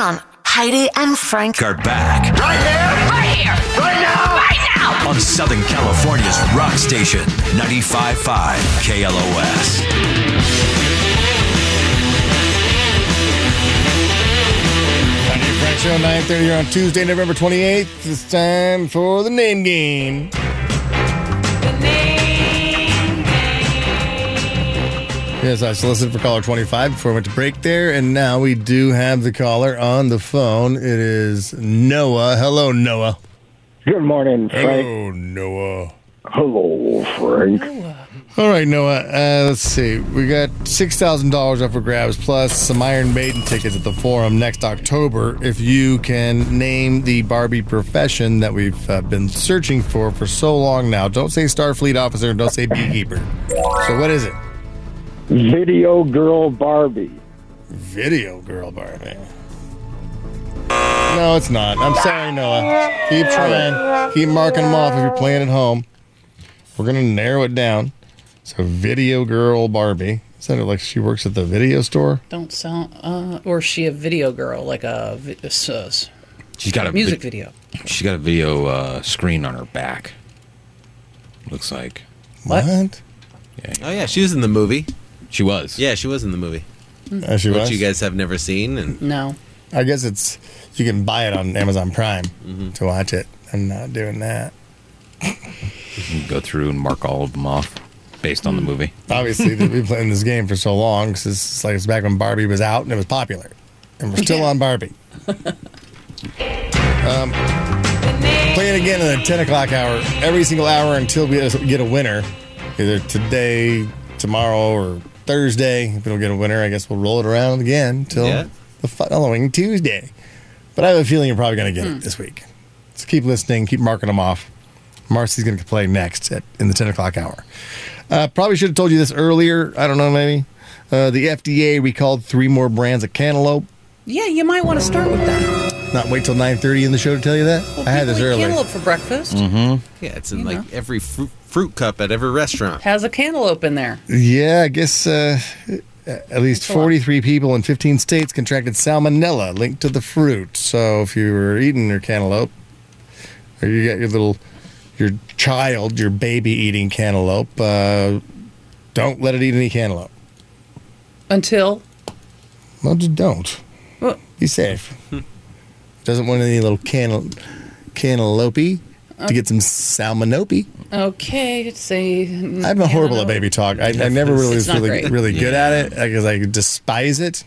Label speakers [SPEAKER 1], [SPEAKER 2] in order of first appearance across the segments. [SPEAKER 1] Heidi and Frank.
[SPEAKER 2] are back
[SPEAKER 3] Right here,
[SPEAKER 4] Right here.
[SPEAKER 3] right now.
[SPEAKER 4] Right now.
[SPEAKER 2] on Southern California's rock station, 95.5 KLOS.
[SPEAKER 5] Friday, Frank Show, 9.30 here on Tuesday, November 28th. It's time for the name game. Yes, I solicited for caller 25 before I went to break there, and now we do have the caller on the phone. It is Noah. Hello, Noah.
[SPEAKER 6] Good morning, Frank.
[SPEAKER 5] Hello, Noah.
[SPEAKER 6] Hello, Frank.
[SPEAKER 5] All right, Noah. Uh, let's see. We got six thousand dollars up for grabs, plus some Iron Maiden tickets at the Forum next October. If you can name the Barbie profession that we've uh, been searching for for so long now, don't say Starfleet officer and don't say beekeeper. So what is it?
[SPEAKER 6] Video girl Barbie.
[SPEAKER 5] Video girl Barbie. No, it's not. I'm sorry, Noah. Keep trying. Keep marking them off if you're playing at home. We're gonna narrow it down. So, video girl Barbie. Sounded like she works at the video store.
[SPEAKER 7] Don't sound. Uh, or is she a video girl, like a, vi- a s- uh, s-
[SPEAKER 8] She's got a
[SPEAKER 7] music
[SPEAKER 8] vid-
[SPEAKER 7] video.
[SPEAKER 8] She's got a video uh, screen on her back. Looks like
[SPEAKER 7] What?
[SPEAKER 9] Oh yeah, she was in the movie.
[SPEAKER 8] she was.
[SPEAKER 9] Yeah, she was in the movie.
[SPEAKER 5] Uh, she
[SPEAKER 9] Which
[SPEAKER 5] was.
[SPEAKER 9] you guys have never seen, and
[SPEAKER 7] No.
[SPEAKER 5] I guess it's you can buy it on Amazon Prime to watch it. I'm not doing that.
[SPEAKER 8] You can go through and mark all of them off based
[SPEAKER 7] Hmm.
[SPEAKER 8] on the movie.
[SPEAKER 5] Obviously, we've been playing this game for so long 'cause it's just like it's back when Barbie was out and it was popular, and we're still on Barbie. um, playing again in the 10 o'clock hour every single hour until we get a winner, either today, tomorrow, or Thursday. If we don't get a winner, I guess we'll roll it around again till
[SPEAKER 9] Yeah.
[SPEAKER 5] the following Tuesday. But I have a feeling you're probably going to get it this week. So keep listening, keep marking them off. Marcy's going to play next at, in the 10 o'clock hour. Uh, probably should have told you this earlier. I don't know, maybe. Uh, the FDA recalled three more brands of cantaloupe.
[SPEAKER 7] Yeah, you might want to start with that.
[SPEAKER 5] Not wait till 9.30 in the show to tell you that.
[SPEAKER 7] Well,
[SPEAKER 5] I had
[SPEAKER 7] people
[SPEAKER 5] this
[SPEAKER 7] eat
[SPEAKER 5] earlier. Mm-hmm.
[SPEAKER 7] Cantaloupe for breakfast
[SPEAKER 9] yeah, it's in like every fruit, fruit cup at every restaurant.
[SPEAKER 7] has a cantaloupe in there.
[SPEAKER 5] Yeah, I guess uh, at least
[SPEAKER 7] a lot.
[SPEAKER 5] 43 people in 15 states contracted salmonella linked to the fruit. So if you were eating your cantaloupe, or you got your little, your child, your baby eating cantaloupe, uh, don't let it eat any cantaloupe.
[SPEAKER 7] Until
[SPEAKER 5] Well, just don't.
[SPEAKER 7] Well- Hmm.
[SPEAKER 5] Be safe. Doesn't want any little cantal- cantaloupe to get some salmonope.
[SPEAKER 7] okay, it's a.
[SPEAKER 5] I'm a horrible at baby talk. I, I never really
[SPEAKER 7] It's
[SPEAKER 5] was
[SPEAKER 7] not
[SPEAKER 5] really,
[SPEAKER 7] great.
[SPEAKER 5] really good at it because I despise it.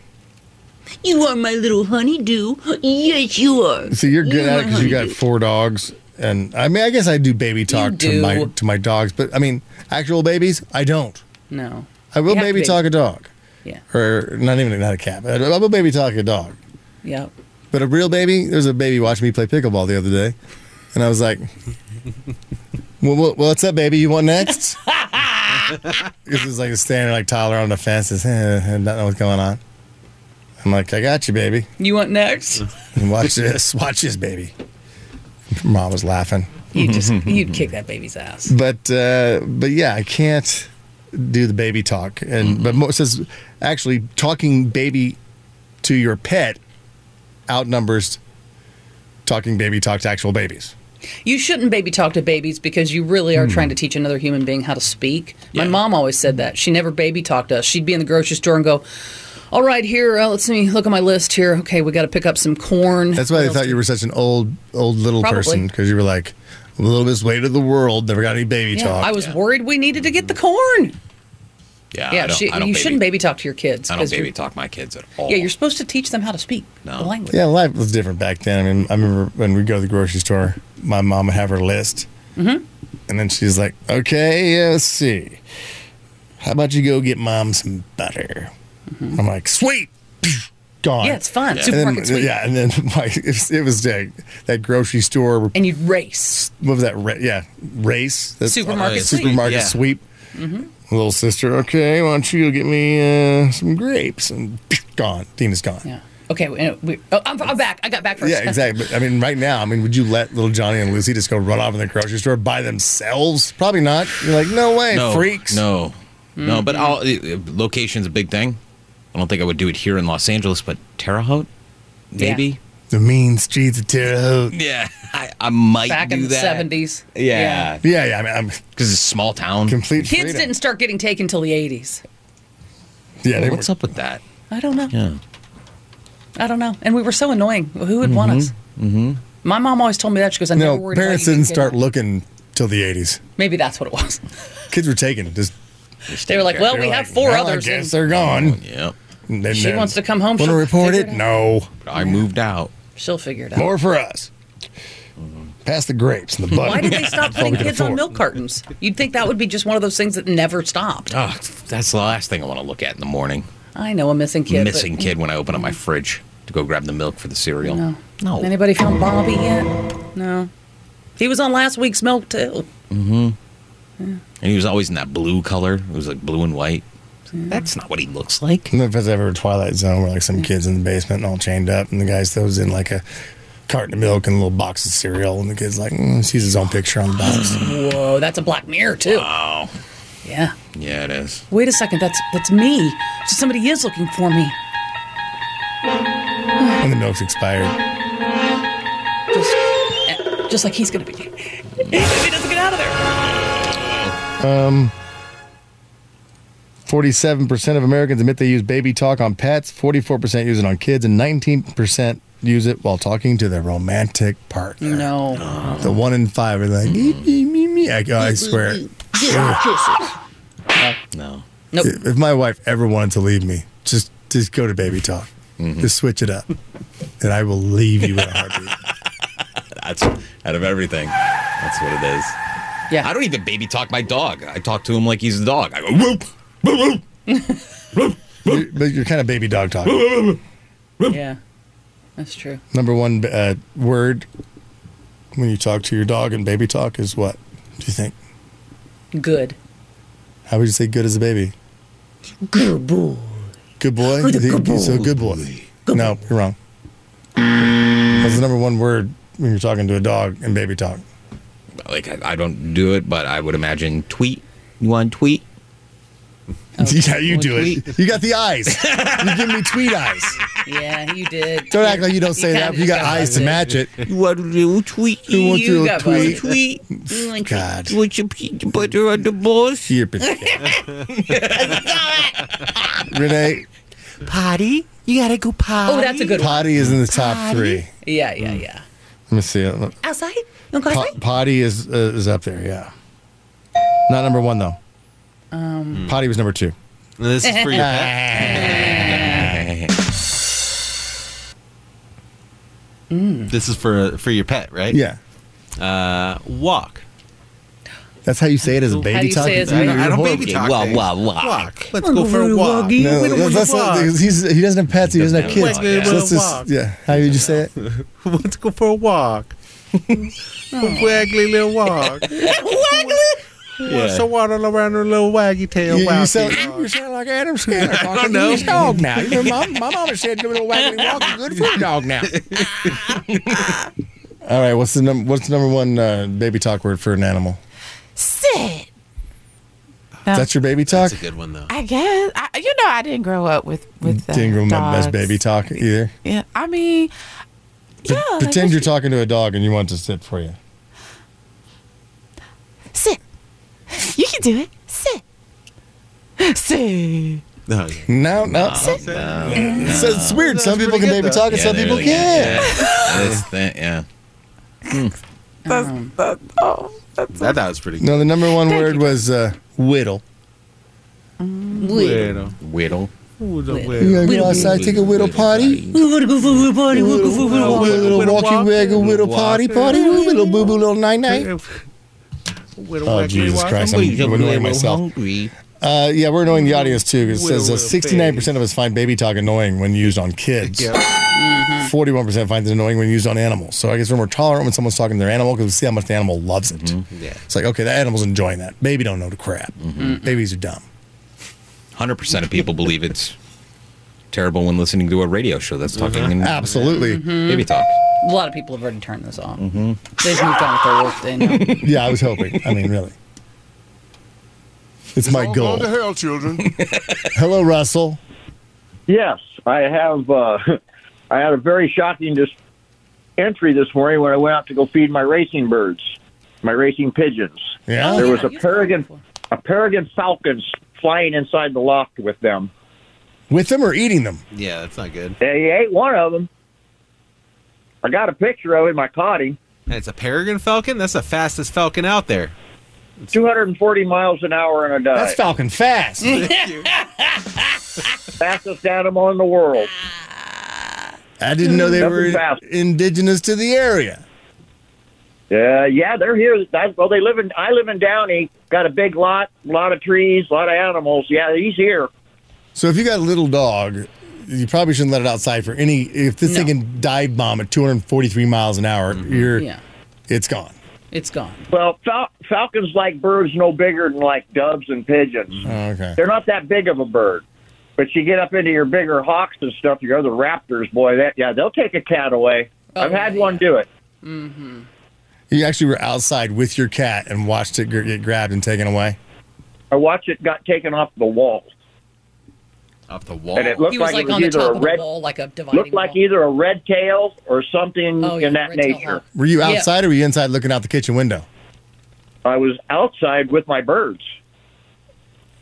[SPEAKER 10] You are my little honeydew. Yes, you are.
[SPEAKER 5] So you're good at it because you got
[SPEAKER 7] Mm-hmm.
[SPEAKER 5] four dogs, and I mean, I guess I do baby talk to
[SPEAKER 7] do.
[SPEAKER 5] my to my dogs, but I mean, actual babies, I don't.
[SPEAKER 7] No.
[SPEAKER 5] I will
[SPEAKER 7] You have to
[SPEAKER 5] baby
[SPEAKER 7] be.
[SPEAKER 5] talk a dog,
[SPEAKER 7] Yeah.
[SPEAKER 5] or not even not a cat. but I will baby talk a dog,
[SPEAKER 7] Yeah.
[SPEAKER 5] but a real baby. There was a baby watching me play pickleball the other day, and I was like, well, well, "What's up, baby? You want next?" this is like a standard like toddler on the fence, is eh, I don't know what's going on. I'm like, "I got you, baby."
[SPEAKER 7] You want next?
[SPEAKER 5] And watch this. Watch this, baby. Mom was laughing.
[SPEAKER 7] You just you'd kick that baby's ass.
[SPEAKER 5] But uh, but yeah, I can't do the baby talk. And
[SPEAKER 7] Mm-hmm.
[SPEAKER 5] but Mo says actually talking baby to your pet outnumbers talking baby talk to actual babies.
[SPEAKER 7] You shouldn't baby talk to babies because you really are trying to teach another human being how to speak. My
[SPEAKER 8] Hmm. Yeah.
[SPEAKER 7] mom always said that. She never baby talked to us. She'd be in the grocery store and go, "All right, here, uh, let's see, look at my list here. Okay, we got to pick up some corn."
[SPEAKER 5] That's why they thought you were such an old old little
[SPEAKER 7] Probably.
[SPEAKER 5] person because you were like a little bit weight of the world. Never got any baby
[SPEAKER 7] Yeah,
[SPEAKER 5] talk.
[SPEAKER 7] I was worried we needed to get the corn.
[SPEAKER 8] Yeah, I
[SPEAKER 7] Yeah,
[SPEAKER 8] don't,
[SPEAKER 7] she,
[SPEAKER 8] I don't
[SPEAKER 7] you
[SPEAKER 8] baby,
[SPEAKER 7] shouldn't baby talk to your kids.
[SPEAKER 8] I don't
[SPEAKER 7] 'cause
[SPEAKER 8] baby
[SPEAKER 7] you're-
[SPEAKER 8] talk my kids at all.
[SPEAKER 7] Yeah, you're supposed to teach them how to speak
[SPEAKER 8] No.
[SPEAKER 7] the language.
[SPEAKER 5] Yeah, life was different back then. I mean, I remember when we'd go to the grocery store, my mom would have her list. Mm-hmm. And then she's like, okay, uh, let's see. How about you go get mom some butter? I'm like, sweet. Gone.
[SPEAKER 7] Mm-hmm. Yeah, it's fun.
[SPEAKER 8] Yeah.
[SPEAKER 5] and then,
[SPEAKER 7] Supermarket sweet.
[SPEAKER 5] yeah, and then like, it was, it was like that grocery store. What
[SPEAKER 7] And you'd race.
[SPEAKER 5] was that? Ra- yeah, race. That's-
[SPEAKER 7] Supermarket
[SPEAKER 5] uh,
[SPEAKER 7] sweep. Mm-hmm.
[SPEAKER 5] Supermarket
[SPEAKER 9] Yeah.
[SPEAKER 5] sweep. Little sister, okay, why don't you go get me uh, some grapes? And gone. Tina's gone.
[SPEAKER 7] Yeah. Okay. We, we, oh, I'm, I'm back. I got back first.
[SPEAKER 5] Yeah, exactly. But, I mean, right now, I mean, would you let little Johnny and Lucy just go run off in the grocery store by themselves? Probably not. You're like, no way,
[SPEAKER 8] no,
[SPEAKER 5] freaks.
[SPEAKER 8] No, no. But
[SPEAKER 7] Mm-hmm.
[SPEAKER 8] I'll, uh, location's a big thing. I don't think I would do it here in Los Angeles, but Terre Haute,
[SPEAKER 7] Yeah.
[SPEAKER 8] maybe.
[SPEAKER 5] the mean streets of Terre Haute.
[SPEAKER 8] Yeah, I, I might
[SPEAKER 7] back
[SPEAKER 8] do
[SPEAKER 7] in the
[SPEAKER 8] that.
[SPEAKER 7] 70s.
[SPEAKER 8] Yeah, because
[SPEAKER 5] Yeah, yeah. I mean, I'm
[SPEAKER 8] it's a small town.
[SPEAKER 5] complete.
[SPEAKER 7] Kids
[SPEAKER 5] freedom.
[SPEAKER 7] didn't start getting taken till the 80s.
[SPEAKER 5] Yeah, they
[SPEAKER 8] What's
[SPEAKER 5] were,
[SPEAKER 8] up with that?
[SPEAKER 7] I don't know.
[SPEAKER 8] Yeah.
[SPEAKER 7] I don't know. And we were so annoying. Who would want us? Mm-hmm. My mom always told me that. She goes, I never
[SPEAKER 5] No,
[SPEAKER 7] worried
[SPEAKER 5] parents
[SPEAKER 7] about you
[SPEAKER 5] didn't
[SPEAKER 7] getting
[SPEAKER 5] start
[SPEAKER 7] taken."
[SPEAKER 5] looking till the '80s.
[SPEAKER 7] Maybe that's what it was.
[SPEAKER 5] Kids were taken. Just
[SPEAKER 7] They were like, well, we
[SPEAKER 5] they're
[SPEAKER 7] have
[SPEAKER 5] like,
[SPEAKER 7] four
[SPEAKER 5] well,
[SPEAKER 7] others.
[SPEAKER 5] I guess
[SPEAKER 7] and
[SPEAKER 5] they're gone.
[SPEAKER 8] Yep.
[SPEAKER 5] And then-
[SPEAKER 7] She
[SPEAKER 5] then-
[SPEAKER 7] wants to come home,
[SPEAKER 5] Want to
[SPEAKER 7] she'll
[SPEAKER 5] report
[SPEAKER 7] figure
[SPEAKER 5] it?
[SPEAKER 7] it out.
[SPEAKER 5] No.
[SPEAKER 8] I moved out.
[SPEAKER 7] she'll figure it out.
[SPEAKER 5] More for us. Pass the grapes and the butter.
[SPEAKER 7] Why did they stop
[SPEAKER 5] all we
[SPEAKER 7] putting
[SPEAKER 5] can
[SPEAKER 7] kids on
[SPEAKER 5] afford.
[SPEAKER 7] milk cartons? You'd think that would be just one of those things that never stopped.
[SPEAKER 8] Oh, that's the last thing I want to look at in the morning.
[SPEAKER 7] I know a missing kid. but-
[SPEAKER 8] Missing kid when I open up my fridge to go grab the milk for the cereal.
[SPEAKER 7] No.
[SPEAKER 8] No.
[SPEAKER 7] Anybody found Bobby yet? No. He was on last week's milk too.
[SPEAKER 8] And he was always in that blue color. It was like blue and white. That's not what he looks like.
[SPEAKER 5] I don't know if it's ever a Twilight Zone where like some
[SPEAKER 7] Mm.
[SPEAKER 5] kids in the basement and all chained up, and the guy throws in like a carton of milk and a little box of cereal, and the kid's like mm, sees his own picture on the box.
[SPEAKER 7] Whoa, that's a black mirror too. Wow. Yeah.
[SPEAKER 8] Yeah, it is.
[SPEAKER 7] Wait a second. That's that's me. So somebody is looking for me.
[SPEAKER 5] and the milk's expired.
[SPEAKER 7] Just, eh, just like he's gonna be. If he doesn't get out of there.
[SPEAKER 5] Forty-seven percent of Americans admit they use baby talk on pets. Forty-four percent use it on kids, and nineteen percent use it while talking to their romantic partner.
[SPEAKER 7] No.
[SPEAKER 5] The one in five are like, "Ee, ee, me, me." I, I swear.
[SPEAKER 10] Give her kisses.
[SPEAKER 8] No.
[SPEAKER 7] Nope.
[SPEAKER 5] If my wife ever wanted to leave me, just just go to baby talk. Just switch it up, and I will leave you in a heartbeat.
[SPEAKER 8] That's out of everything. That's what it is.
[SPEAKER 7] Yeah.
[SPEAKER 8] I don't even baby talk my dog. I talk to him like he's a dog. I go whoop, whoop, whoop, whoop,
[SPEAKER 5] You're- but you're kind of baby dog talking.
[SPEAKER 8] whoop.
[SPEAKER 7] Yeah. That's true.
[SPEAKER 5] Number one uh, word when you talk to your dog in baby talk is what? Do you think?
[SPEAKER 7] Good.
[SPEAKER 5] How would you say good as a baby?
[SPEAKER 10] Good boy.
[SPEAKER 5] Good boy?
[SPEAKER 10] Good
[SPEAKER 5] You
[SPEAKER 10] boy.
[SPEAKER 5] So good boy. no, you're wrong. What's the number one word when you're talking to a dog in baby talk?
[SPEAKER 8] Like I, I don't do it, but I would imagine tweet. You want to tweet?
[SPEAKER 5] yeah, you do it. You got the eyes. you give me tweet eyes.
[SPEAKER 7] Yeah, you did.
[SPEAKER 5] Don't act like you don't say
[SPEAKER 7] You
[SPEAKER 5] that.
[SPEAKER 7] kinda
[SPEAKER 5] You got
[SPEAKER 7] just got
[SPEAKER 5] eyes to
[SPEAKER 7] it.
[SPEAKER 5] match it.
[SPEAKER 8] You want to do tweet?
[SPEAKER 5] You want
[SPEAKER 7] You
[SPEAKER 5] your
[SPEAKER 7] got
[SPEAKER 5] tweet?
[SPEAKER 7] voted.
[SPEAKER 8] tweet?
[SPEAKER 10] You want to-
[SPEAKER 5] God.
[SPEAKER 8] You want your peanut butter on the balls?
[SPEAKER 5] You're pathetic. Renee,
[SPEAKER 8] Potty? You gotta go potty.
[SPEAKER 7] Oh, that's a good one.
[SPEAKER 5] potty is in the top three.
[SPEAKER 7] Yeah, yeah, yeah.
[SPEAKER 5] Let me see. it.
[SPEAKER 10] Outside? You want to go
[SPEAKER 5] Po-
[SPEAKER 10] outside?
[SPEAKER 5] potty is uh, is up there, yeah. Not number one though. Um, potty was number two.
[SPEAKER 9] This is for your pet. This is for for your pet, right?
[SPEAKER 5] Yeah,
[SPEAKER 9] Uh, walk.
[SPEAKER 5] that's how you say it as a
[SPEAKER 9] How
[SPEAKER 5] baby
[SPEAKER 7] do you
[SPEAKER 5] talk.
[SPEAKER 7] say it as a
[SPEAKER 5] You're
[SPEAKER 7] baby?
[SPEAKER 9] I don't
[SPEAKER 5] horrible.
[SPEAKER 9] baby talk.
[SPEAKER 8] Walk,
[SPEAKER 9] things.
[SPEAKER 8] walk, walk.
[SPEAKER 9] Let's go for a walk.
[SPEAKER 5] No, that's- that's- he's- he doesn't have pets. He doesn't have
[SPEAKER 8] He
[SPEAKER 5] kids.
[SPEAKER 8] doesn't have kids.
[SPEAKER 5] So let's just-
[SPEAKER 9] Walk.
[SPEAKER 5] yeah. How would you say it?
[SPEAKER 9] Let's go for a walk. a waggly little walk. Wants to waddle around her little waggy tail.
[SPEAKER 5] You, you
[SPEAKER 9] waggy
[SPEAKER 5] sound,
[SPEAKER 9] walk.
[SPEAKER 5] you sound like Adam Skinner talking to his dog now. You know, my, my mama said the little waggly walk is good for a dog now. All right, what's the number? What's the number one uh, baby talk word for an animal?
[SPEAKER 1] Sit.
[SPEAKER 5] That's your baby talk.
[SPEAKER 9] That's a good one though.
[SPEAKER 1] I guess I, you know I didn't grow up with with uh,
[SPEAKER 5] Didn't grow my
[SPEAKER 1] dogs.
[SPEAKER 5] best baby talk either.
[SPEAKER 1] Yeah, I mean, yeah. like,
[SPEAKER 5] Pretend you're talking to a dog and you want it to sit for you.
[SPEAKER 1] sit. You can do it. Sit. Sit.
[SPEAKER 9] No,
[SPEAKER 5] No, no. Sit. So it's weird. some people can
[SPEAKER 9] pretty
[SPEAKER 5] baby
[SPEAKER 9] good,
[SPEAKER 5] talk and
[SPEAKER 8] Yeah,
[SPEAKER 5] some
[SPEAKER 8] they
[SPEAKER 5] people
[SPEAKER 8] really
[SPEAKER 5] can't.
[SPEAKER 8] Yeah. This thing- yeah.
[SPEAKER 1] That's, that's, oh, that's
[SPEAKER 9] that that was pretty good.
[SPEAKER 5] No, the number one word
[SPEAKER 1] you.
[SPEAKER 5] was uh, whittle.
[SPEAKER 7] Weird.
[SPEAKER 9] Weirdo.
[SPEAKER 8] Whittle.
[SPEAKER 9] Weirdo,
[SPEAKER 5] You
[SPEAKER 9] weirdo.
[SPEAKER 5] gotta go outside, take a whittle potty.
[SPEAKER 10] We want to go for a party. We'll go for a
[SPEAKER 5] Little,
[SPEAKER 10] walk.
[SPEAKER 5] little,
[SPEAKER 9] Whittle
[SPEAKER 5] walkie
[SPEAKER 9] walk.
[SPEAKER 5] waggle, whittle
[SPEAKER 9] Little walk.
[SPEAKER 5] potty potty, woo, little boo boo, little night night.
[SPEAKER 9] Weirdo,
[SPEAKER 5] Oh,
[SPEAKER 9] waggly
[SPEAKER 5] Jesus
[SPEAKER 9] walk.
[SPEAKER 5] Christ. I'm annoying myself.
[SPEAKER 8] hungry.
[SPEAKER 5] Uh, yeah, we're annoying the audience too. 'cause It says uh,
[SPEAKER 9] Whittle, little
[SPEAKER 5] 69% of us find baby talk annoying when used on kids.
[SPEAKER 9] Yeah.
[SPEAKER 5] 41% finds it annoying when used on animals. So I guess we're more tolerant when someone's talking to their animal because we see how much the animal loves it.
[SPEAKER 9] Yeah.
[SPEAKER 5] It's like, okay, that animal's enjoying that. Baby don't know the crap. Babies are dumb.
[SPEAKER 8] Hundred percent of people believe it's terrible when listening to a radio show that's talking in
[SPEAKER 5] Absolutely.
[SPEAKER 7] Mm-hmm.
[SPEAKER 8] baby talk.
[SPEAKER 7] A lot of people have already turned this off. They've moved on with their work. They know.
[SPEAKER 5] Yeah, I was hoping. I mean, really. It's my goal.
[SPEAKER 3] hell, children.
[SPEAKER 5] Hello, Russell.
[SPEAKER 6] Yes, I have. Uh, I had a very shocking dis- entry this morning when I went out to go feed my racing birds, my racing pigeons.
[SPEAKER 5] Yeah.
[SPEAKER 6] There
[SPEAKER 7] yeah,
[SPEAKER 6] was a
[SPEAKER 7] you've done that
[SPEAKER 6] peregrine,
[SPEAKER 7] before.
[SPEAKER 6] a peregrine falcon flying inside the loft with them.
[SPEAKER 5] With them or eating them?
[SPEAKER 8] Yeah, that's not good.
[SPEAKER 6] They ate one of them. I got a picture of him. I caught him.
[SPEAKER 3] And it's a peregrine falcon. That's the fastest falcon out there.
[SPEAKER 6] 240 miles an hour in a dive.
[SPEAKER 5] That's Falcon fast.
[SPEAKER 6] fastest animal in the world.
[SPEAKER 5] I didn't know they
[SPEAKER 6] Nothing
[SPEAKER 5] were
[SPEAKER 6] fast.
[SPEAKER 5] indigenous to the area.
[SPEAKER 6] Uh, yeah, they're here. That, well, they live in. I live in Downey. Got a big lot, lot of trees, lot of animals. Yeah, he's here.
[SPEAKER 5] So if you got a little dog, you probably shouldn't let it outside for any. If this thing
[SPEAKER 7] No. Mm-hmm.
[SPEAKER 5] can dive bomb at 243 miles an hour, you're
[SPEAKER 7] Yeah,
[SPEAKER 5] it's gone.
[SPEAKER 7] it's gone.
[SPEAKER 6] Well, fal- falcons like birds no bigger than like doves and pigeons.
[SPEAKER 5] Oh, okay.
[SPEAKER 6] They're not that big of a bird. But you get up into your bigger hawks and stuff, your other raptors, boy, that yeah, they'll take a cat away. I've had
[SPEAKER 7] Oh, yeah,
[SPEAKER 6] one do it.
[SPEAKER 5] You actually were outside with your cat and watched it get grabbed and taken away.
[SPEAKER 6] I watched it got taken off the wall,
[SPEAKER 3] Off the wall.
[SPEAKER 6] and it looked
[SPEAKER 7] He was
[SPEAKER 6] like, it
[SPEAKER 7] like,
[SPEAKER 6] was
[SPEAKER 7] on the
[SPEAKER 6] either
[SPEAKER 7] top
[SPEAKER 6] a
[SPEAKER 7] of the
[SPEAKER 6] red,
[SPEAKER 7] wall, like a dividing
[SPEAKER 6] looked like
[SPEAKER 7] wall.
[SPEAKER 6] either a red tail or something
[SPEAKER 7] Oh, yeah,
[SPEAKER 6] in that
[SPEAKER 7] red-tailed
[SPEAKER 6] nature.
[SPEAKER 7] hawk.
[SPEAKER 5] Were you
[SPEAKER 7] Yeah.
[SPEAKER 5] outside or were you inside looking out the kitchen window?
[SPEAKER 6] I was outside with my birds,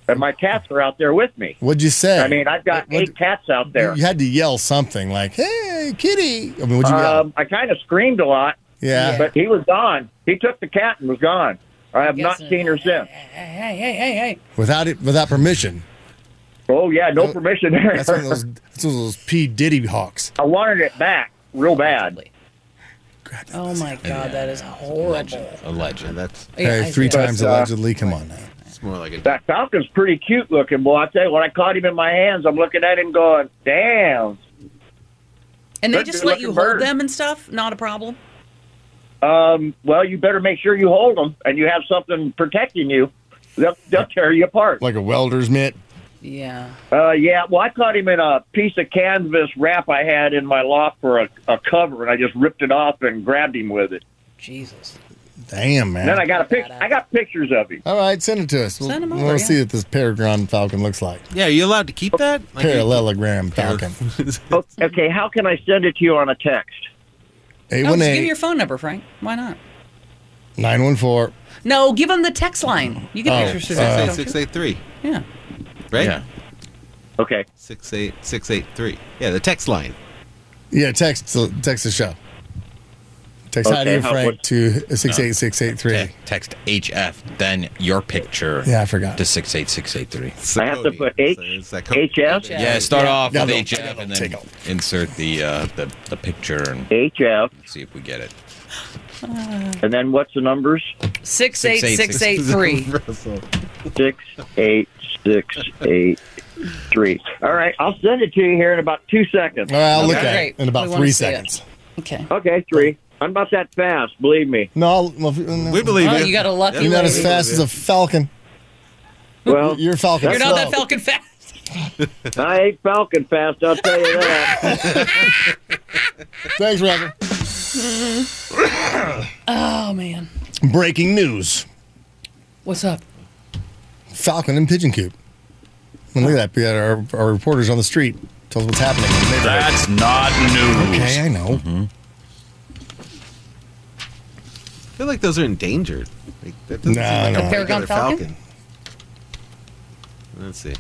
[SPEAKER 6] and my cats were out there with me.
[SPEAKER 5] What'd you say?
[SPEAKER 6] I mean, I've got
[SPEAKER 5] What-
[SPEAKER 6] eight cats out there.
[SPEAKER 5] You had to yell something like, "Hey, kitty!" I mean, what'd you yell?
[SPEAKER 6] Um, I kind of screamed a lot,
[SPEAKER 5] Yeah.
[SPEAKER 6] but he was gone. He took the cat and was gone. I have not
[SPEAKER 7] Guessing.
[SPEAKER 6] seen her since.
[SPEAKER 7] Hey, hey, hey, hey!
[SPEAKER 5] without it, without permission.
[SPEAKER 6] Oh yeah, no permission there.
[SPEAKER 5] That's one of those. That's one of those P Diddy hawks.
[SPEAKER 6] I wanted it back real bad.
[SPEAKER 5] Grab that
[SPEAKER 7] Oh
[SPEAKER 5] pussy.
[SPEAKER 7] my God, that is horrible.
[SPEAKER 8] A legend. That's
[SPEAKER 7] Yeah,
[SPEAKER 5] Hey,
[SPEAKER 7] I
[SPEAKER 5] three
[SPEAKER 7] did.
[SPEAKER 5] times
[SPEAKER 6] But, uh,
[SPEAKER 5] allegedly. Come on now.
[SPEAKER 3] It's more like a
[SPEAKER 6] That falcon's pretty cute looking, boy. I tell you, when I caught him in my hands, I'm looking at him going, "Damn."
[SPEAKER 7] And they
[SPEAKER 6] Good
[SPEAKER 7] just
[SPEAKER 6] good
[SPEAKER 7] let you
[SPEAKER 6] looking
[SPEAKER 7] hold
[SPEAKER 6] bird.
[SPEAKER 7] them and stuff. Not a problem.
[SPEAKER 6] Um, well, you better make sure you hold them and you have something protecting you. They'll, they'll tear you apart.
[SPEAKER 5] Like a welder's mitt.
[SPEAKER 7] Yeah.
[SPEAKER 6] Uh, yeah, well, I caught him in a piece of canvas wrap I had in my loft for a, a cover, and I just ripped it off and grabbed him with it.
[SPEAKER 7] Jesus.
[SPEAKER 5] Damn, man.
[SPEAKER 6] And then I got a pic. I got pictures of him.
[SPEAKER 5] All right, send it to us.
[SPEAKER 7] Send 'em
[SPEAKER 5] we'll,
[SPEAKER 7] over,
[SPEAKER 5] we'll
[SPEAKER 7] yeah.
[SPEAKER 5] see what this peregrine falcon looks like.
[SPEAKER 3] yeah. Are you allowed to keep that? Like,
[SPEAKER 5] Parallelogram falcon.
[SPEAKER 6] O- Okay, how can I send it to you on a text?
[SPEAKER 7] No, Oh, just give me
[SPEAKER 5] 818
[SPEAKER 7] your phone number, Frank. Why not?
[SPEAKER 5] 914.
[SPEAKER 7] No, give them the text line. You get
[SPEAKER 5] Oh,
[SPEAKER 7] pictures
[SPEAKER 3] Six
[SPEAKER 7] of
[SPEAKER 3] eight
[SPEAKER 7] it.
[SPEAKER 3] six eight three.
[SPEAKER 7] Yeah.
[SPEAKER 3] Right.
[SPEAKER 8] Yeah.
[SPEAKER 6] Okay,
[SPEAKER 3] Six eight six eight three. Yeah. The text line.
[SPEAKER 5] Yeah, text text the show. Text
[SPEAKER 6] Okay,
[SPEAKER 5] Heidi and
[SPEAKER 6] how-
[SPEAKER 5] Frank
[SPEAKER 6] what-
[SPEAKER 5] to 68683.
[SPEAKER 8] Te- text HF, then your picture
[SPEAKER 5] Yeah, I forgot.
[SPEAKER 8] to 68683.
[SPEAKER 6] I have to put H-
[SPEAKER 3] H H S.
[SPEAKER 6] HS,
[SPEAKER 7] Yeah.
[SPEAKER 8] Yeah, start off
[SPEAKER 5] Yeah,
[SPEAKER 8] with
[SPEAKER 5] no,
[SPEAKER 8] HF and then
[SPEAKER 5] take out.
[SPEAKER 8] insert the, uh, the the picture and
[SPEAKER 6] HF,
[SPEAKER 8] see if we get it.
[SPEAKER 6] and then what's the numbers?
[SPEAKER 7] Six eight six eight three.
[SPEAKER 6] Six, eight, six, eight, three. All right, I'll send it to you here in about two seconds.
[SPEAKER 5] All right, I'll look
[SPEAKER 7] Okay.
[SPEAKER 5] at
[SPEAKER 7] Great.
[SPEAKER 5] it in about
[SPEAKER 7] We wanna
[SPEAKER 5] three
[SPEAKER 7] see it.
[SPEAKER 5] seconds.
[SPEAKER 7] Okay.
[SPEAKER 6] Okay, three. I'm not that fast, believe me.
[SPEAKER 5] No, I'll, well, no,
[SPEAKER 3] We believe
[SPEAKER 7] Oh,
[SPEAKER 3] you.
[SPEAKER 7] you got a lucky.
[SPEAKER 5] you're not as
[SPEAKER 7] lady.
[SPEAKER 5] fast as a falcon.
[SPEAKER 6] Well,
[SPEAKER 5] You're a falcon.
[SPEAKER 7] You're not that
[SPEAKER 5] slow.
[SPEAKER 7] Falcon fast.
[SPEAKER 6] I ain't falcon fast, I'll tell you that.
[SPEAKER 5] Thanks, Robert.
[SPEAKER 7] Oh man.
[SPEAKER 5] Breaking news.
[SPEAKER 7] What's up?
[SPEAKER 5] Falcon and Pigeon Coop. And look at that. yeah, Our, our reporters on the street tell us what's happening. in the neighborhood.
[SPEAKER 2] That's not news.
[SPEAKER 5] Okay, I know.
[SPEAKER 3] I feel like those are endangered. Like, that
[SPEAKER 5] No,
[SPEAKER 3] doesn't seem like
[SPEAKER 5] no.
[SPEAKER 3] a regular
[SPEAKER 7] Peregrine falcon?
[SPEAKER 3] Let's see.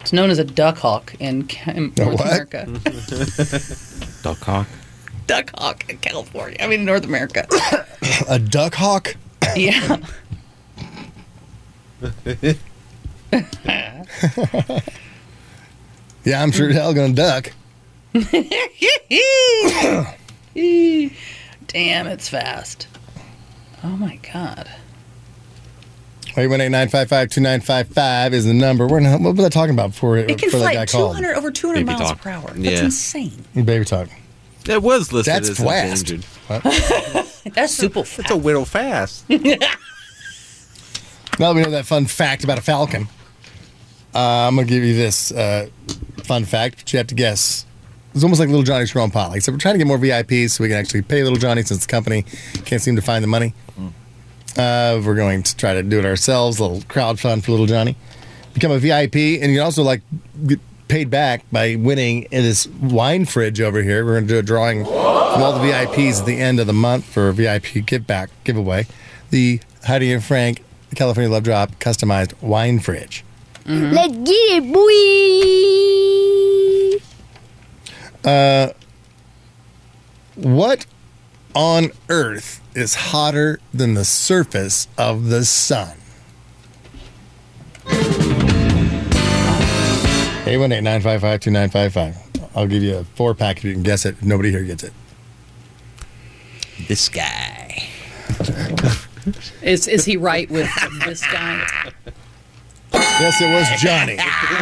[SPEAKER 7] It's known as a duck hawk in Ca- in
[SPEAKER 5] A
[SPEAKER 7] North
[SPEAKER 5] what?
[SPEAKER 7] America.
[SPEAKER 8] Duck hawk.
[SPEAKER 7] duck hawk in California. I mean, in North America.
[SPEAKER 5] A duck hawk?
[SPEAKER 7] yeah.
[SPEAKER 5] Yeah, I'm sure as hell gonna duck.
[SPEAKER 7] Damn, it's fast. Oh my god.
[SPEAKER 5] 818-955-2955 is the number. We're not, what was I talking about before,
[SPEAKER 7] It can
[SPEAKER 5] before that
[SPEAKER 7] fly
[SPEAKER 5] guy called?
[SPEAKER 7] 200 over 200
[SPEAKER 8] Baby
[SPEAKER 7] miles
[SPEAKER 8] talk.
[SPEAKER 7] per hour. That's
[SPEAKER 3] Yeah.
[SPEAKER 7] insane.
[SPEAKER 5] Baby talk.
[SPEAKER 3] That was listed
[SPEAKER 5] That's
[SPEAKER 3] as
[SPEAKER 5] fast.
[SPEAKER 3] endangered.
[SPEAKER 7] That's super
[SPEAKER 3] That's a whittle fast.
[SPEAKER 5] Now that we know that fun fact about a falcon, uh, I'm going to give you this uh, fun fact, but you have to guess. It's almost like Little Johnny's Sharon Polly, except we're trying to get more VIPs so we can actually pay Little Johnny since the company can't seem to find the money. Uh, we're going to try to do it ourselves, a little crowdfund for Little Johnny. Become a VIP, and you can also like get paid back by winning in this wine fridge over here. We're going to do a drawing from all the VIPs at the end of the month for a VIP give back giveaway. The Heidi and Frank California Love Drop customized wine fridge.
[SPEAKER 4] Let's get it, boy.
[SPEAKER 5] What on earth is hotter than the surface of the sun? 818-955-2955. I'll give you a four pack if you can guess it. Nobody here gets it.
[SPEAKER 8] This guy.
[SPEAKER 7] Is is he right with this guy?
[SPEAKER 5] Yes, it was Johnny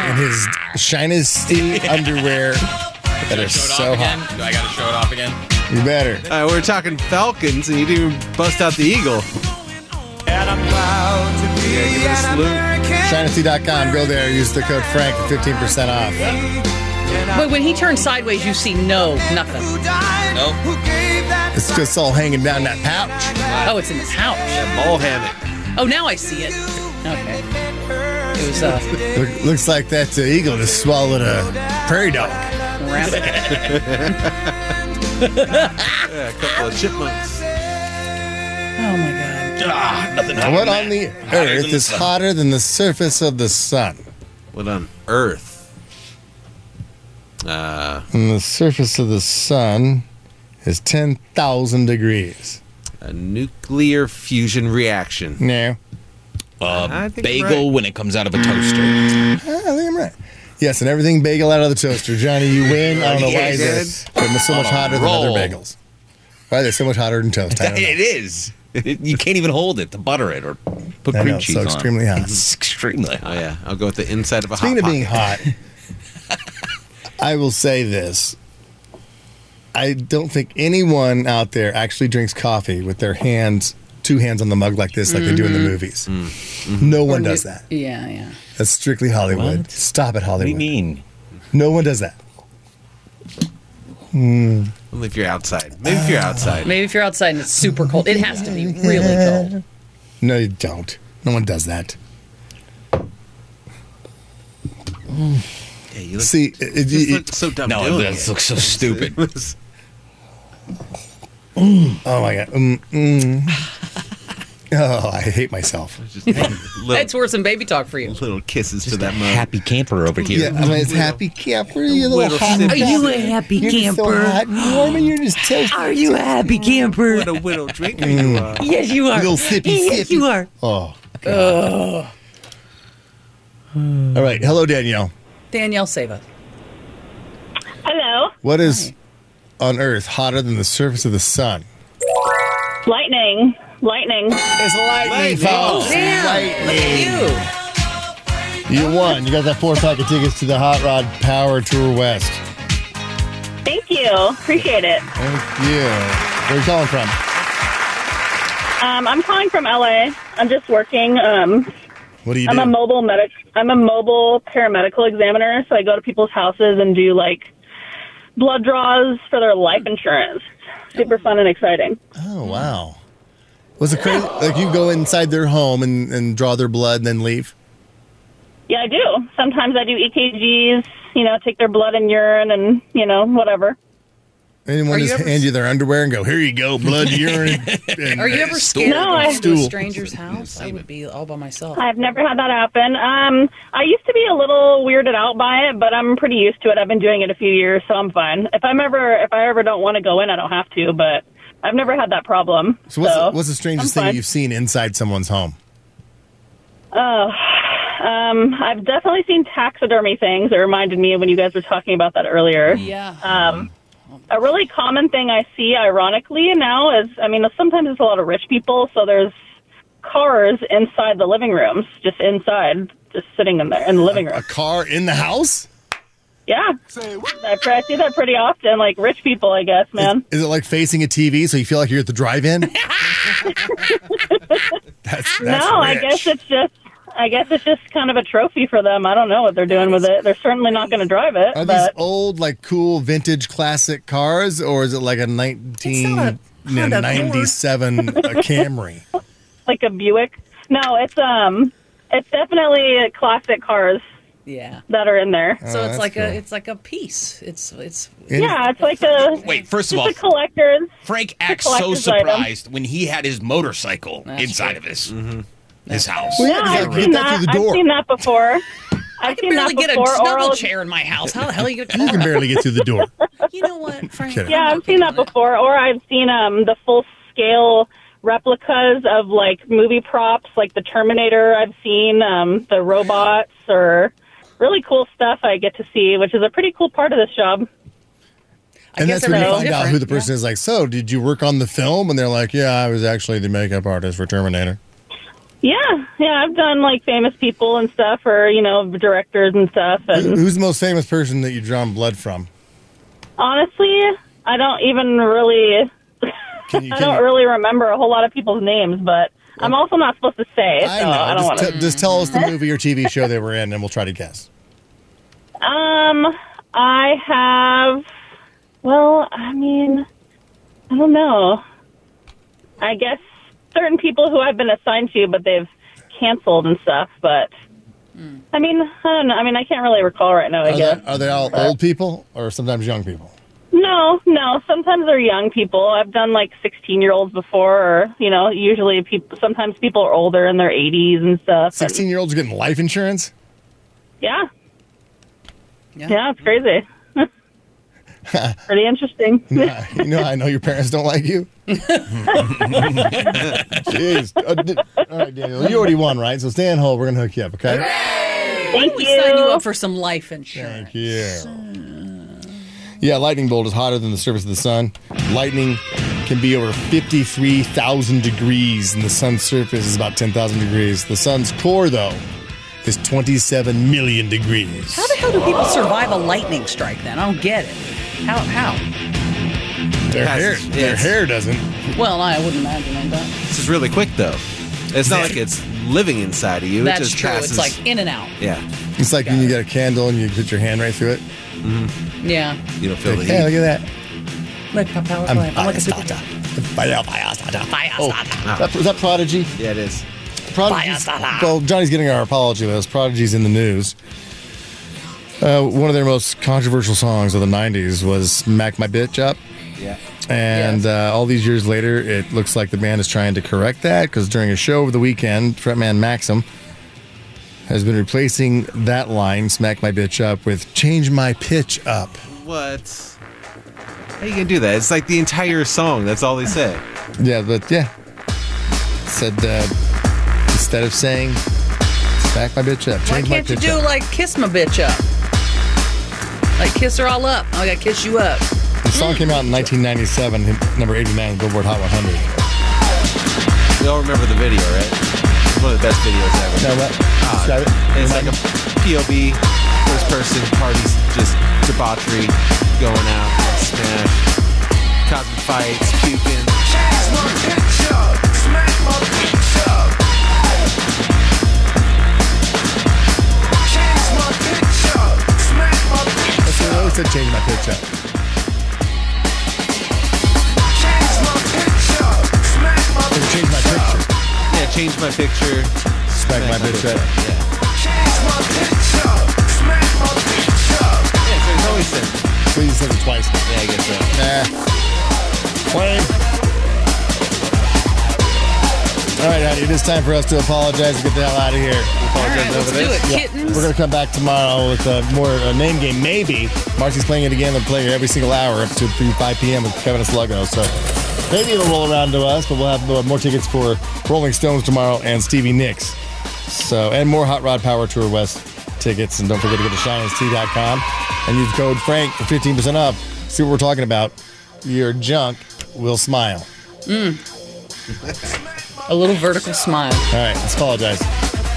[SPEAKER 5] in his shiny steel underwear that is so hot.
[SPEAKER 8] Do I gotta show it off again?
[SPEAKER 5] You better.
[SPEAKER 3] All right, we were talking Falcons, and you didn't even bust out the Eagle. Yeah, give it a salute.
[SPEAKER 5] ShinySea.com. Go there. Use the code Frank for 15% off.
[SPEAKER 7] But when he turns sideways, you see no nothing.
[SPEAKER 8] Nope.
[SPEAKER 5] It's just all hanging down that pouch.
[SPEAKER 7] Oh, it's in the pouch.
[SPEAKER 3] Yeah, ball hammock.
[SPEAKER 7] Oh, now I see it. Okay. It was uh,
[SPEAKER 5] Look, looks like that uh, eagle just swallowed a prairie dog.
[SPEAKER 7] rabbit.
[SPEAKER 3] Yeah, a couple of chipmunks.
[SPEAKER 7] Oh my god.
[SPEAKER 8] Ah, nothing.
[SPEAKER 5] Now,
[SPEAKER 8] happened
[SPEAKER 5] what
[SPEAKER 8] to
[SPEAKER 5] on the
[SPEAKER 8] that. Hotter
[SPEAKER 5] earth
[SPEAKER 8] than the
[SPEAKER 5] is
[SPEAKER 8] sun.
[SPEAKER 5] hotter than the surface of the sun?
[SPEAKER 3] What on earth? Uh,
[SPEAKER 5] And the surface of the sun is 10,000 degrees.
[SPEAKER 3] a nuclear fusion reaction.
[SPEAKER 5] No.
[SPEAKER 3] I
[SPEAKER 8] A
[SPEAKER 3] think I'm
[SPEAKER 8] bagel
[SPEAKER 3] right.
[SPEAKER 8] when it comes out of a toaster.
[SPEAKER 5] I think I'm right. Yes, and everything bagel out of the toaster. Johnny, you win. I don't know why they're they're so much
[SPEAKER 8] On a
[SPEAKER 5] hotter
[SPEAKER 8] roll.
[SPEAKER 5] than other bagels. Why are they so much hotter than toast? I don't know.
[SPEAKER 8] it is. It- you can't even hold it to butter it or put
[SPEAKER 5] I
[SPEAKER 8] cream
[SPEAKER 5] know, it's
[SPEAKER 8] cheese
[SPEAKER 5] so
[SPEAKER 8] on.
[SPEAKER 5] extremely hot.
[SPEAKER 8] It's extremely
[SPEAKER 3] Oh
[SPEAKER 8] hot.
[SPEAKER 3] yeah, I'll go with the inside of a
[SPEAKER 5] Speaking
[SPEAKER 3] hot
[SPEAKER 5] of being
[SPEAKER 3] Pocket.
[SPEAKER 5] hot, I will say this. I don't think anyone out there actually drinks coffee with their hands, two hands on the mug like this, like they do in the
[SPEAKER 8] Mm-hmm.
[SPEAKER 5] movies. No one does that.
[SPEAKER 7] Yeah, yeah.
[SPEAKER 5] That's strictly Hollywood.
[SPEAKER 8] What?
[SPEAKER 5] Stop it,
[SPEAKER 8] What do
[SPEAKER 5] Hollywood.
[SPEAKER 8] you mean?
[SPEAKER 5] No one does that.
[SPEAKER 3] Only if you're outside. Maybe if you're outside.
[SPEAKER 7] Maybe if you're outside and it's super cold, it has to be really cold.
[SPEAKER 5] No, you don't. No one does that.
[SPEAKER 3] Yeah, you look,
[SPEAKER 5] See, it,
[SPEAKER 3] you just
[SPEAKER 5] it-
[SPEAKER 3] look so dumb
[SPEAKER 8] No,
[SPEAKER 3] doing
[SPEAKER 8] this
[SPEAKER 3] it.
[SPEAKER 8] looks so stupid.
[SPEAKER 5] oh my god. Mm, mm. Oh, I hate myself.
[SPEAKER 3] Just little,
[SPEAKER 7] That's
[SPEAKER 3] little,
[SPEAKER 7] worse than baby talk for you.
[SPEAKER 3] little kisses to
[SPEAKER 8] That
[SPEAKER 3] that mug.
[SPEAKER 8] happy camper over
[SPEAKER 5] Yeah,
[SPEAKER 8] here.
[SPEAKER 5] I mean, it's happy camper. You little
[SPEAKER 3] Little
[SPEAKER 5] hot
[SPEAKER 3] sip.
[SPEAKER 10] Are you a happy
[SPEAKER 5] You're just so
[SPEAKER 10] camper?
[SPEAKER 5] hot and warm, and you're just toasty.
[SPEAKER 10] Are you a happy camper?
[SPEAKER 3] What a widow drinker you are.
[SPEAKER 10] Yes, you are.
[SPEAKER 5] Little sippy
[SPEAKER 10] Yes,
[SPEAKER 5] sippy.
[SPEAKER 10] you are.
[SPEAKER 5] Oh. God. All right. Hello, Danielle.
[SPEAKER 7] Danielle, save us.
[SPEAKER 11] Hello,
[SPEAKER 5] What is on Earth hotter than the surface of the sun?
[SPEAKER 11] lightning, lightning.
[SPEAKER 5] It's lightning, Oh, folks.
[SPEAKER 7] Look at you.
[SPEAKER 5] You won. You got that four pack of tickets to the Hot Rod Power Tour West.
[SPEAKER 11] Thank you, appreciate it.
[SPEAKER 5] Thank you. Where are you calling from?
[SPEAKER 11] Um, I'm calling from LA. I'm just working. Um,
[SPEAKER 5] What do you
[SPEAKER 11] I'm a
[SPEAKER 5] do?
[SPEAKER 11] mobile medic. I'm a mobile paramedical examiner, so I go to people's houses and do like blood draws for their life insurance. Super fun and exciting.
[SPEAKER 5] oh, wow. Was it crazy? Like you go inside their home and, and draw their blood and then leave?
[SPEAKER 11] Yeah, I do. Sometimes I do EKGs. You know, take their blood and urine, and you know, whatever.
[SPEAKER 5] Anyone
[SPEAKER 7] Are you
[SPEAKER 5] just
[SPEAKER 7] ever-
[SPEAKER 5] hand you their underwear and go, here you go, blood, urine. and-
[SPEAKER 7] Are you ever scared
[SPEAKER 11] No,
[SPEAKER 7] of
[SPEAKER 11] I-
[SPEAKER 7] going to a
[SPEAKER 5] Stool.
[SPEAKER 7] stranger's house? I would be all by myself.
[SPEAKER 11] I've never had that happen. Um, I used to be a little weirded out by it, but I'm pretty used to it. I've been doing it a few years, so I'm fine. If I'm ever, if I ever don't want to go in, I don't have to. But I've never had that problem.
[SPEAKER 5] So what's, what's the strangest
[SPEAKER 11] I'm
[SPEAKER 5] thing
[SPEAKER 11] fine.
[SPEAKER 5] you've seen inside someone's home?
[SPEAKER 11] um, I've definitely seen taxidermy things. It reminded me of when you guys were talking about that earlier.
[SPEAKER 7] Yeah.
[SPEAKER 11] Uh, A really common thing I see, ironically, now is, I mean, sometimes it's a lot of rich people, so there's cars inside the living rooms, just inside, just sitting in there in the living room.
[SPEAKER 5] A car in the house?
[SPEAKER 11] Yeah. I, pre- I see that pretty often, like rich people, I guess, man.
[SPEAKER 5] Is it like facing a TV so you feel like you're at the drive-in? that's, that's
[SPEAKER 11] No, I
[SPEAKER 5] rich.
[SPEAKER 11] guess it's just. I guess it's just kind of a trophy for them. I don't know what they're doing with it. They're certainly not going to drive it.
[SPEAKER 5] Are these
[SPEAKER 11] but
[SPEAKER 5] old, like cool vintage classic cars, or is it like a
[SPEAKER 7] Honda
[SPEAKER 5] 1997 a uh, Camry?
[SPEAKER 11] like a Buick. No, it's um, it's definitely classic cars.
[SPEAKER 7] Yeah.
[SPEAKER 11] that are in there.
[SPEAKER 5] Oh, Uh,
[SPEAKER 7] So it's like a it's like a piece. It's it's
[SPEAKER 11] yeah, it's like a
[SPEAKER 8] Wait, first of
[SPEAKER 11] it's a
[SPEAKER 8] all,
[SPEAKER 11] collector's.
[SPEAKER 8] Frank
[SPEAKER 11] a
[SPEAKER 8] acts so
[SPEAKER 11] collector's item.
[SPEAKER 8] surprised when he had his motorcycle inside of his his house.
[SPEAKER 11] Yeah, I've seen that. I've seen that before. I've
[SPEAKER 7] can
[SPEAKER 11] seen that
[SPEAKER 7] barely get a
[SPEAKER 11] before,
[SPEAKER 7] snuggle
[SPEAKER 11] or-
[SPEAKER 7] chair in my house. How the hell are you
[SPEAKER 5] You can barely get through the door.
[SPEAKER 11] Yeah, I've seen that before, or I've seen um the full scale replicas of like movie props, like the Terminator. I've seen um the robots or really cool stuff I get to see, which is a pretty cool part of this job.
[SPEAKER 5] and
[SPEAKER 11] guess
[SPEAKER 5] that's when you
[SPEAKER 11] they're all
[SPEAKER 5] find out who
[SPEAKER 11] different,
[SPEAKER 5] the person is like, so did you work on the film? And they're like, yeah, I was actually the makeup artist for Terminator.
[SPEAKER 11] Yeah, yeah, I've done like famous people and stuff, or you know directors and stuff, and
[SPEAKER 5] Who's the most famous person that you've drawn blood from?
[SPEAKER 11] honestly, I don't even really. I don't really remember a whole lot of people's names, but I'm also not supposed to say, so I, don't want
[SPEAKER 5] just,
[SPEAKER 11] to.
[SPEAKER 5] te- just tell us the movie or TV show they were in, and we'll try to guess.
[SPEAKER 11] Um, I have. Well, I mean, I don't know. I guess certain people who I've been assigned to, but they've canceled and stuff. But I mean, I don't know. I mean, I can't really recall right now. I
[SPEAKER 5] are, uh,
[SPEAKER 11] guess.
[SPEAKER 5] They, are they all old people or sometimes young people?
[SPEAKER 11] No, no. Sometimes they're young people. I've done like 16 year olds before, or, you know, usually people, sometimes people are older in their 80s and stuff.
[SPEAKER 5] 16 year olds getting life insurance?
[SPEAKER 11] Yeah. Yeah, it's crazy. Pretty interesting.
[SPEAKER 5] Nah, you know, I know your parents don't like you. Jeez. Uh, d- all right, Daniel, you already won, right? So stay in hold. We're going to hook you up, okay?
[SPEAKER 7] Why don't we sign you up for some life insurance?
[SPEAKER 5] Yeah. Yeah, lightning bolt is hotter than the surface of the sun. Lightning can be over 53,000 degrees, and the sun's surface is about 10,000 degrees. The sun's core, though, is 27 million degrees.
[SPEAKER 7] How the hell do people survive a lightning strike then? I don't get it. How how?
[SPEAKER 5] Their hair, their hair doesn't.
[SPEAKER 7] Well, I wouldn't imagine like that.
[SPEAKER 3] This is really quick though. It's not like it's living inside of you.
[SPEAKER 7] That's
[SPEAKER 3] it just
[SPEAKER 7] true.
[SPEAKER 3] Passes.
[SPEAKER 7] It's like in and out.
[SPEAKER 3] yeah,
[SPEAKER 5] It's like when you get a candle and you put your hand right through it.
[SPEAKER 7] Yeah.
[SPEAKER 3] you don't feel the
[SPEAKER 5] Hey,
[SPEAKER 3] heat.
[SPEAKER 5] look at that.
[SPEAKER 7] Look how powerful
[SPEAKER 5] I'm
[SPEAKER 7] I am. I'm like a super
[SPEAKER 5] Fire, fire, starter.
[SPEAKER 7] Fire
[SPEAKER 5] Oh, that, is that Prodigy?
[SPEAKER 3] Yeah, it is.
[SPEAKER 5] Prodigy's, well, Johnny's getting our apology list. Prodigy's in the news. Uh, one of their most controversial songs of the 90s was Smack My Bitch Up.
[SPEAKER 3] Yeah.
[SPEAKER 5] And uh, all these years later, it looks like the band is trying to correct that because during a show over the weekend, frontman Maxim has been replacing that line, Smack My Bitch Up, with Change My Pitch Up.
[SPEAKER 3] What? How you gonna do that? It's like the entire song. That's all they say.
[SPEAKER 5] Yeah, but yeah. Said uh, instead of saying Smack My Bitch Up,
[SPEAKER 7] Why
[SPEAKER 5] Change My
[SPEAKER 7] can't you
[SPEAKER 5] Pitch
[SPEAKER 7] do
[SPEAKER 5] Up.
[SPEAKER 7] like kiss my bitch up? Like kiss her all up. I gotta kiss you up.
[SPEAKER 5] The song came
[SPEAKER 7] Mm.
[SPEAKER 5] out in 1997, hit number 89 Billboard Hot 100.
[SPEAKER 3] We all remember the video, right? It's one of the best videos ever.
[SPEAKER 5] Now what?
[SPEAKER 3] Ah,
[SPEAKER 5] Describe it.
[SPEAKER 3] It's like a POV, first person parties, just debauchery, going out, smash, cosmic fights, puking.
[SPEAKER 5] That's what I always said, change my pitch up. Or change my picture.
[SPEAKER 3] Yeah, change my picture.
[SPEAKER 5] Smack my bitch up.
[SPEAKER 3] Yeah. Yeah, so it's always said.
[SPEAKER 5] Please said it twice.
[SPEAKER 3] Yeah, I guess so.
[SPEAKER 5] Nah. Lame. All right, honey, it is time for us to apologize and get the hell out of here. We apologize
[SPEAKER 7] All right, let's do it, kittens.
[SPEAKER 5] We're going to come back tomorrow with uh, more uh, name game, maybe. Marcy's playing it again. They're playing it every single hour up to through 5 p.m. with Kevin Sluggo. So maybe it'll roll around to us, but we'll have uh, more tickets for Rolling Stones tomorrow and Stevie Nicks. So, and more Hot Rod Power Tour West tickets. And don't forget to go to shineandt.com and use code Frank for 15% off. See what we're talking about. Your junk will smile.
[SPEAKER 7] A little vertical smile.
[SPEAKER 5] All right, let's apologize.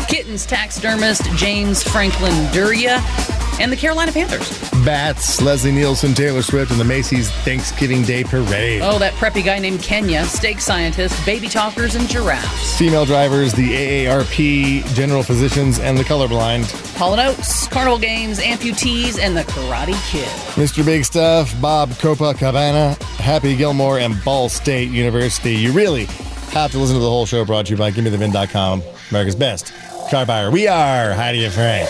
[SPEAKER 7] Kittens taxidermist James Franklin Duria and the Carolina Panthers.
[SPEAKER 5] Bats, Leslie Nielsen, Taylor Swift, and the Macy's Thanksgiving Day Parade.
[SPEAKER 7] Oh, that preppy guy named Kenya, steak scientist, baby talkers, and giraffes.
[SPEAKER 5] Female drivers, the AARP, general physicians, and the colorblind.
[SPEAKER 7] Paul and Oates, Carnival Games, Amputees, and the Karate Kid.
[SPEAKER 5] Mr. Big Stuff, Bob Copacabana, Happy Gilmore, and Ball State University. You really have to listen to the whole show brought to you by GimmeTheVin.com, America's Best Car Buyer. We are Heidi and Frank.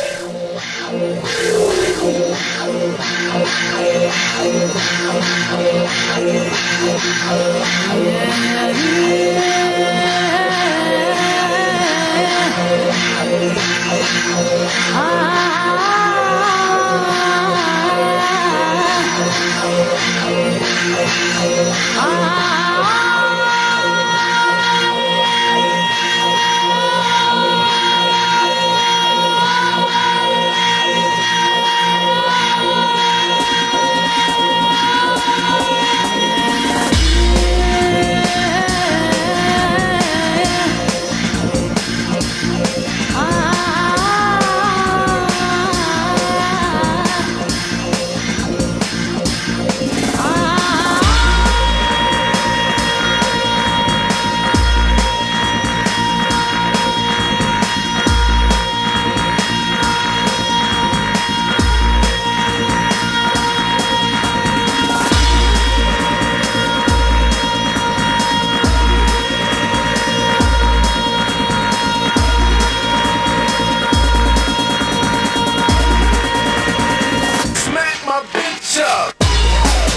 [SPEAKER 7] Smack my bitch up.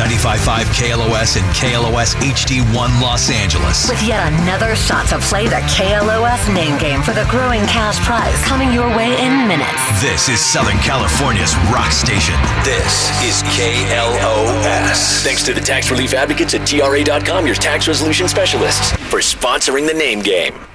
[SPEAKER 12] Ninety-five-five KLOS and KLOS HD1 Los Angeles.
[SPEAKER 3] With yet another shot to play the KLOS name game for the growing cash prize coming your way in minutes.
[SPEAKER 12] This is Southern California's rock station.
[SPEAKER 13] This is KLOS. Thanks to the tax relief advocates at TRA.com, your tax resolution specialists, for sponsoring the name game.